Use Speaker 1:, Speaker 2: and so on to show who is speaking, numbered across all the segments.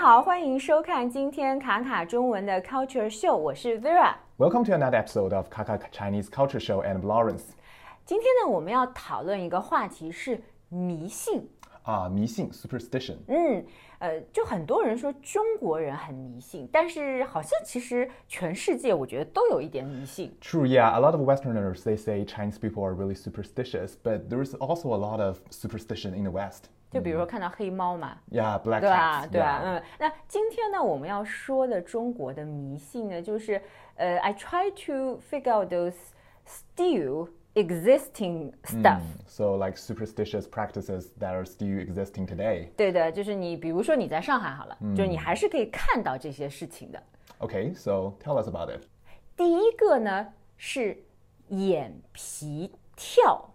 Speaker 1: 好，欢迎收看今天卡卡中文的 Culture Show，我是 Vera。
Speaker 2: Welcome to another episode of Kaka Chinese Culture Show and Lawrence
Speaker 1: 今天呢，我们要讨论一个话题是迷信。
Speaker 2: 啊，迷信 superstition
Speaker 1: 嗯，呃，就很多人说中国人很迷信，但是好像其实全世界我觉得都有一点迷信。
Speaker 2: True, yeah, a lot of Westerners they say Chinese people are really superstitious, but there is also a lot of superstition in the West.
Speaker 1: 就比如说看到黑猫嘛，
Speaker 2: Yeah, black
Speaker 1: 对啊
Speaker 2: cats.，
Speaker 1: 对啊，
Speaker 2: yeah.
Speaker 1: 嗯。那今天呢，我们要说的中国的迷信呢，就是呃，I try to figure out those still existing stuff、
Speaker 2: 嗯 So like superstitious practices that are still existing today.
Speaker 1: 对的，就是你，比如说你在上海好了，就是你还是可以看到这些事情的。
Speaker 2: Okay, so tell us about it.
Speaker 1: 第一个呢是眼皮跳，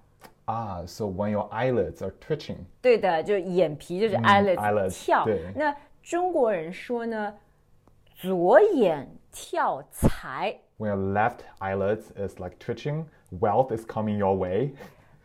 Speaker 2: Ah, so when your eyelids are twitching.
Speaker 1: 对的，就是眼皮就是 eyelids
Speaker 2: ，eyelids，
Speaker 1: 跳。
Speaker 2: 对
Speaker 1: 那中国人说呢，左眼跳财，
Speaker 2: When your left eyelid is like twitching, wealth is coming your way.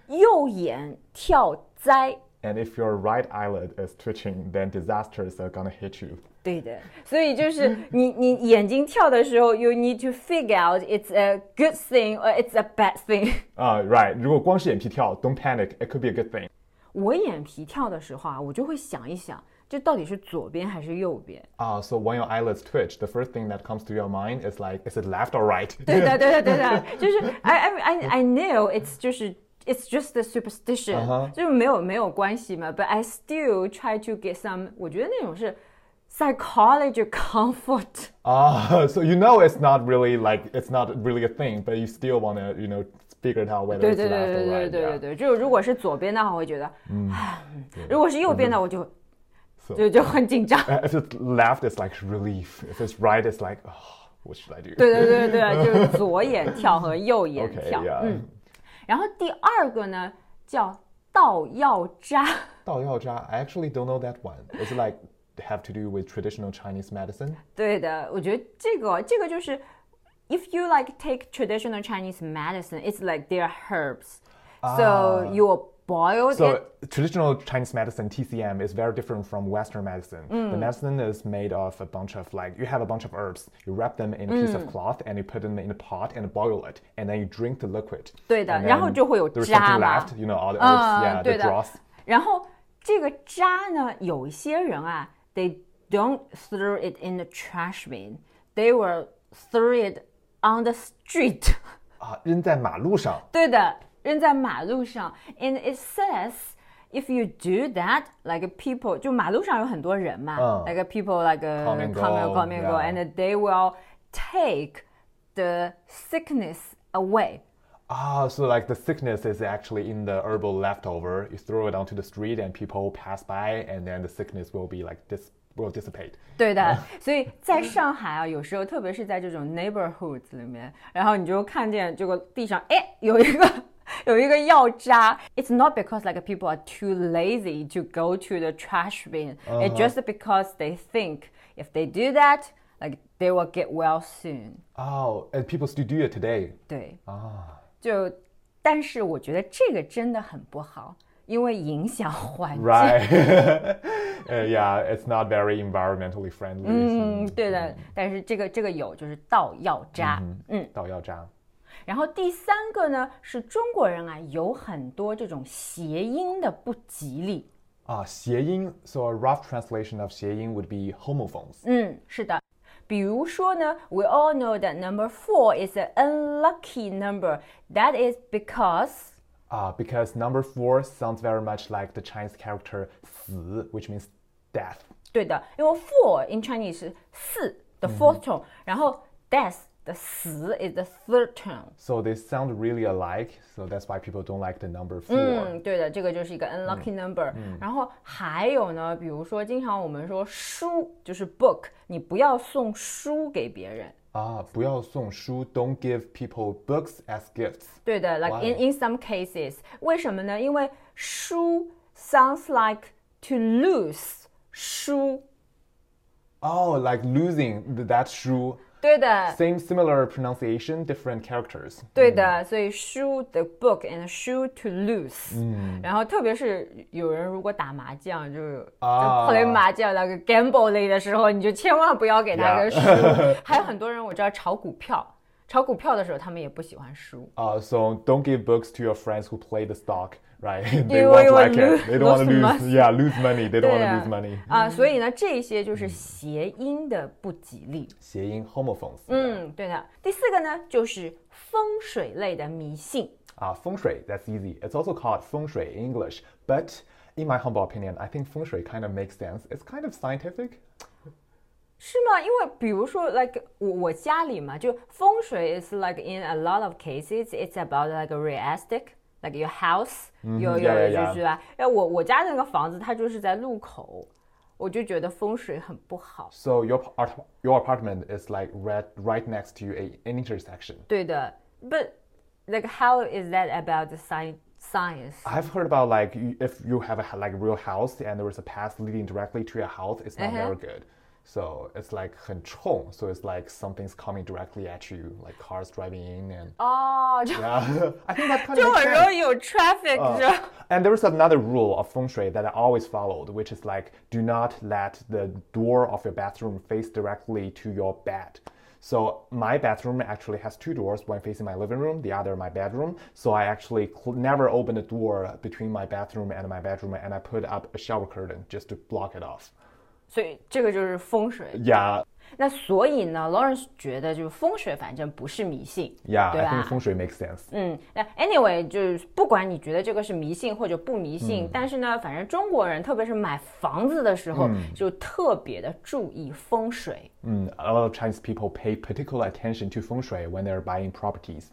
Speaker 1: 右眼跳灾。
Speaker 2: And if your right eyelid is twitching, then disasters are gonna hit you.
Speaker 1: 对的，所以就是你你眼睛跳的时候，you need to figure out it's a good thing or it's a bad thing。
Speaker 2: Uh, right. 如果光是眼皮跳, don't panic. It could be a good thing.
Speaker 1: 我眼皮跳的时候啊，我就会想一想，这到底是左边还是右边？
Speaker 2: Uh, so when your eyelids twitch, the first thing that comes to your mind is like, is it left or right?
Speaker 1: 对的，对的，对的，就是 I I I I know it's 就是 it's just a superstition，、
Speaker 2: Uh-huh.
Speaker 1: 就是没有没有关系嘛。But I still try to get some，我觉得那种是 psychology comfort。
Speaker 2: Ah, so you know it's not really like, it's not really a thing, but you still want to, you know, figure it out whether
Speaker 1: 对
Speaker 2: it's
Speaker 1: 对对
Speaker 2: left
Speaker 1: 对对
Speaker 2: or right.
Speaker 1: 对
Speaker 2: yeah.
Speaker 1: 对对，就如果是左边的话，我会觉得，唉如果是右边的，我就
Speaker 2: So-
Speaker 1: 就就很紧张。
Speaker 2: Uh, If it's left, it's like relief. If it's right, it's like, oh, what should I do?
Speaker 1: 对对对对，就是左眼跳和右眼
Speaker 2: Okay,
Speaker 1: 跳。
Speaker 2: yeah.
Speaker 1: 嗯，然后第二个呢叫倒药渣。
Speaker 2: 道药渣, I actually don't know that one. Is it like have to do with traditional Chinese medicine?
Speaker 1: 对的，我觉得这个这个就是，if you like take traditional Chinese medicine, it's like their herbs, so you boil it.
Speaker 2: Ah. So traditional Chinese medicine TCM is very different from Western medicine.
Speaker 1: Mm.
Speaker 2: The medicine is made of a bunch of like you have a bunch of herbs, you wrap them in a piece
Speaker 1: Mm.
Speaker 2: of cloth and you put them in a pot and boil it, and then you drink the liquid.
Speaker 1: 对的，
Speaker 2: And
Speaker 1: 然后就会有
Speaker 2: there's
Speaker 1: 渣嘛。
Speaker 2: something left, you know, all the herbs,
Speaker 1: 嗯，
Speaker 2: yeah,
Speaker 1: 对
Speaker 2: the
Speaker 1: 的
Speaker 2: dross.
Speaker 1: 然后这个渣呢，有一些人啊，they don't throw it in the trash bin, they will throw it on the street.
Speaker 2: Ah, 啊，扔在马路上。
Speaker 1: 对的，扔在马路上。And it says if you do that, like people 就马路上有很多人嘛、
Speaker 2: 嗯
Speaker 1: l i k e people like a
Speaker 2: Come and go,
Speaker 1: come and go,
Speaker 2: yeah.
Speaker 1: and they will take the sickness away.
Speaker 2: Ah, so like the sickness is actually in the herbal leftover. You throw it onto the street and people pass by, and then the sickness will be like dis will dissipate.
Speaker 1: 对的，所以在上海啊，有时候特别是在这种 neighborhoods 里面，然后你就看见这个地上，哎，有一个 有一个药渣。It's not because like people are too lazy to go to the trash bin. It's just because they think if they do that, like they will get well soon.
Speaker 2: Oh, and people still do it today.
Speaker 1: 对，
Speaker 2: Ah.
Speaker 1: 就但是我觉得这个真的很不好，因为影响环境。
Speaker 2: Right. Uh, yeah, it's not very environmentally friendly.
Speaker 1: 嗯，对的，但是这个这个有就是倒药渣，嗯。
Speaker 2: 倒药渣。
Speaker 1: 然后第三个呢，是中国人啊有很多这种谐音的不吉利。
Speaker 2: Ah, 谐音. So a rough translation of 谐音 would be homophones.
Speaker 1: 嗯，是的。比如说呢，We all know that number four is an unlucky number. That is because
Speaker 2: Ah, because number four sounds very much like the Chinese character 死, which means death.
Speaker 1: 对的，因为 four in Chinese 是四的 fourth tone，、然后 death 的死 is the third tone。
Speaker 2: So they sound really alike. So that's why people don't like the number four.
Speaker 1: 嗯，对的，这个就是一个 unlucky number、然后还有呢，比如说，经常我们说书就是 book，你不要送书给别人。
Speaker 2: Ah, 不要送书. Don't give people books as gifts.
Speaker 1: 对的，like in
Speaker 2: Why?
Speaker 1: in some cases，为什么呢？因为书 sounds like to lose 书，
Speaker 2: Oh, like losing th- that shoe.
Speaker 1: 对的，
Speaker 2: Same similar pronunciation, different characters.
Speaker 1: 对
Speaker 2: 嗯
Speaker 1: 的，所以 shoe the book and shoe to lose。嗯，然后特别是有人如果打麻将，就是就
Speaker 2: 啊
Speaker 1: play 麻将那个 gamble 类的时候，你就千万不要给他一个
Speaker 2: Yeah
Speaker 1: 输。还有很多人我知道炒股票，炒股票的时候他们也不喜欢输，
Speaker 2: Uh, so don't give books to your friends who play the stock, right? they
Speaker 1: You
Speaker 2: won't
Speaker 1: will
Speaker 2: like
Speaker 1: lose-
Speaker 2: it. They don't want to
Speaker 1: lose
Speaker 2: lose.
Speaker 1: money.
Speaker 2: Yeah, lose money. They don't want
Speaker 1: 对
Speaker 2: to
Speaker 1: 啊
Speaker 2: lose money.
Speaker 1: 啊，所以呢，这些就是谐音的不吉利。
Speaker 2: 谐音 homophones.
Speaker 1: 嗯，对的。第四个呢，就是风水类的迷信。
Speaker 2: Uh, feng shui. That's easy. It's also called feng shui in English. But in my humble opinion, I think feng shui kind of makes sense. It's kind of scientific.
Speaker 1: 是吗？因为比如说，like 我我家里嘛，就风水 is like in a lot of cases it's about like a realistic。like your house，有有
Speaker 2: yeah,
Speaker 1: 有
Speaker 2: yeah,
Speaker 1: 就是吧，哎，我我家那个房子它就是在路口，我就觉得风水很不好。
Speaker 2: So your p- art- your apartment is like right right next to a, an intersection.
Speaker 1: 对的，but like how is that about the science science？
Speaker 2: I've heard about like you- if you have a h- like real house and there is a path leading directly to your house, it's not
Speaker 1: Uh-huh.
Speaker 2: very good. So it's like 很冲, so it's like something's coming directly at you, like cars driving in and
Speaker 1: 哦，就
Speaker 2: yeah. I think that kind
Speaker 1: 就
Speaker 2: of
Speaker 1: 很
Speaker 2: makes
Speaker 1: 容
Speaker 2: sense.
Speaker 1: 易有 traffic 是吧？
Speaker 2: And there is another rule of feng shui that I always followed, which is like do not let the door of your bathroom face directly to your bed. So my bathroom actually has two doors, one facing my living room, the other my bedroom. So I actually cl- never open the door between my bathroom and my bedroom, and I put up a shower curtain just to block it off.
Speaker 1: 所以这个就是风水。
Speaker 2: Yeah,
Speaker 1: 那所以呢，Lawrence 觉得就是风水反正不是迷信，
Speaker 2: yeah,
Speaker 1: 对
Speaker 2: I
Speaker 1: 吧
Speaker 2: think？feng shui makes sense.
Speaker 1: 嗯，那 anyway 就是不管你觉得这个是迷信或者不迷信，但是呢，反正中国人特别是买房子的时候、就特别的注意风水。
Speaker 2: Mm, a lot of Chinese people pay particular attention to feng shui when they're buying properties.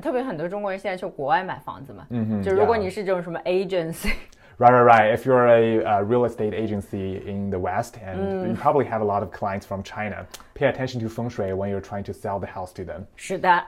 Speaker 1: 特别很多中国人现在去国外买房子嘛，就如果
Speaker 2: ，yeah
Speaker 1: 你是这种什么 agency，
Speaker 2: Right, right, right. If you're a, uh real estate agency in the West, and you probably have a lot of clients from China, pay attention to feng shui when you're trying to sell the house to them.
Speaker 1: 是的。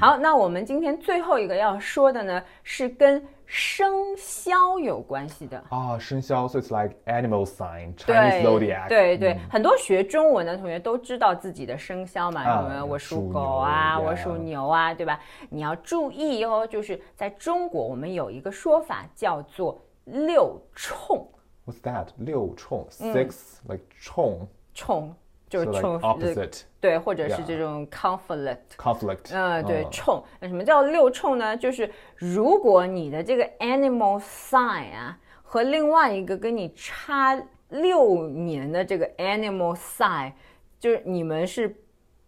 Speaker 1: 好，那我们今天最后一个要说的呢，是跟生肖有关系的。
Speaker 2: Ah, Shenxiao, so it's like animal sign,
Speaker 1: 对
Speaker 2: Chinese zodiac. 嗯
Speaker 1: 对对，很多学中文的同学都知道自己的生肖嘛，
Speaker 2: 啊
Speaker 1: 什么我
Speaker 2: 属
Speaker 1: 属
Speaker 2: 牛
Speaker 1: 狗啊，
Speaker 2: 对啊
Speaker 1: 我属牛啊，对吧？你要注意哦，就是在中国我们有一个说法叫做六冲，
Speaker 2: What's that? Liu Chong. Six, like Chong.
Speaker 1: 冲就是
Speaker 2: So
Speaker 1: 冲
Speaker 2: like
Speaker 1: 呃
Speaker 2: opposite.
Speaker 1: 对，或者是
Speaker 2: Yeah
Speaker 1: 这种 conflict。
Speaker 2: Conflict.
Speaker 1: 嗯，对，
Speaker 2: Ah.
Speaker 1: 冲。那什么叫六冲呢？就是如果你的这个 animal sign 啊，和另外一个跟你差六年的这个 animal sign，就是你们是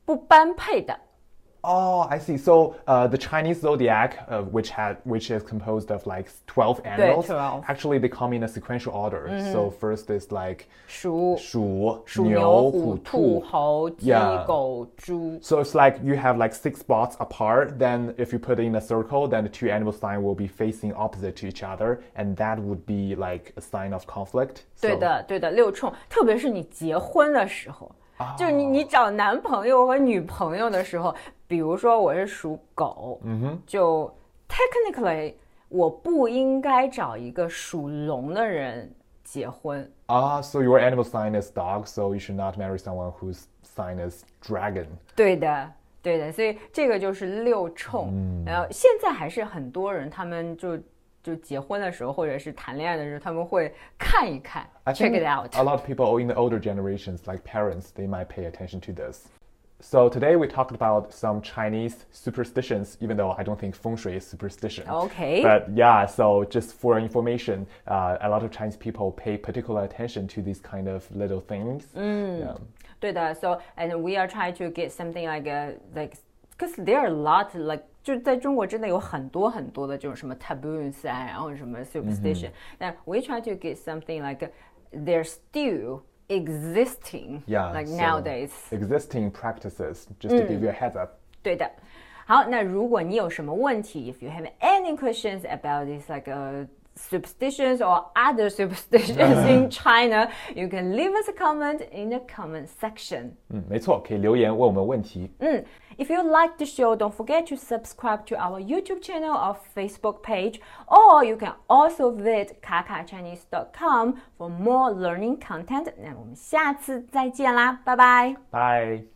Speaker 1: 不般配的。
Speaker 2: Oh, I see. So uh, the Chinese zodiac, uh, which had which is composed of like twelve Mm-hmm. animals,
Speaker 1: 12.
Speaker 2: actually they come in a sequential order. So first is like
Speaker 1: 鼠、
Speaker 2: 鼠、
Speaker 1: 鼠、
Speaker 2: 牛、
Speaker 1: 虎、兔、
Speaker 2: 兔
Speaker 1: 猴、鸡、
Speaker 2: Yeah
Speaker 1: 狗、猪。
Speaker 2: So it's like you have like six spots apart. Then if you put it in a circle, then the two animal sign will be facing opposite to each other, and that would be like a sign of conflict.
Speaker 1: 对
Speaker 2: So-
Speaker 1: 的，对的，六冲，特别是你结婚的时候，就是你你找男朋友和女朋友的时候，比如说我是属狗，嗯哼，就 technically 我不应该找一个属龙的人结婚，
Speaker 2: Ah, so your animal sign is dog, so you should not marry someone whose sign is dragon.
Speaker 1: 对的。对的，所以这个就是六冲。然后现在还是很多人，他们就就结婚的时候，或者是谈恋爱的时候，他们会看一看
Speaker 2: I
Speaker 1: ，check it
Speaker 2: think
Speaker 1: out。
Speaker 2: A lot of people in the older generations, like parents, they might pay attention to this. So today we talked about some Chinese superstitions, even though I don't think feng shui is superstition.
Speaker 1: Okay.
Speaker 2: But yeah, so just for information, uh, a lot of Chinese people pay particular attention to these kind of little things.
Speaker 1: Mm.
Speaker 2: Yeah.
Speaker 1: 对的，so and we are trying to get something like a like because there are a lot like 就是在中国真的有很多很多的这种什么 taboos 啊，然后什么 superstition，但、we
Speaker 2: Mm-hmm。
Speaker 1: try to get something like they're still existing
Speaker 2: Yeah,
Speaker 1: like
Speaker 2: so-
Speaker 1: nowadays。Mm.
Speaker 2: Existing practices, just to give you a heads up.
Speaker 1: 对的。好，那如果你有什么问题，if you have any questions about this like uh, Superstitions or other superstitions in China, you can leave us a comment in the comment section.
Speaker 2: 嗯，Mm, 没错，可以留言问我们问题。
Speaker 1: Mm. If you like the show, don't forget to subscribe to our YouTube channel or Facebook page, or you can also visit kakachinese.com for more learning content. 那我们下次再见啦，拜拜。
Speaker 2: Bye.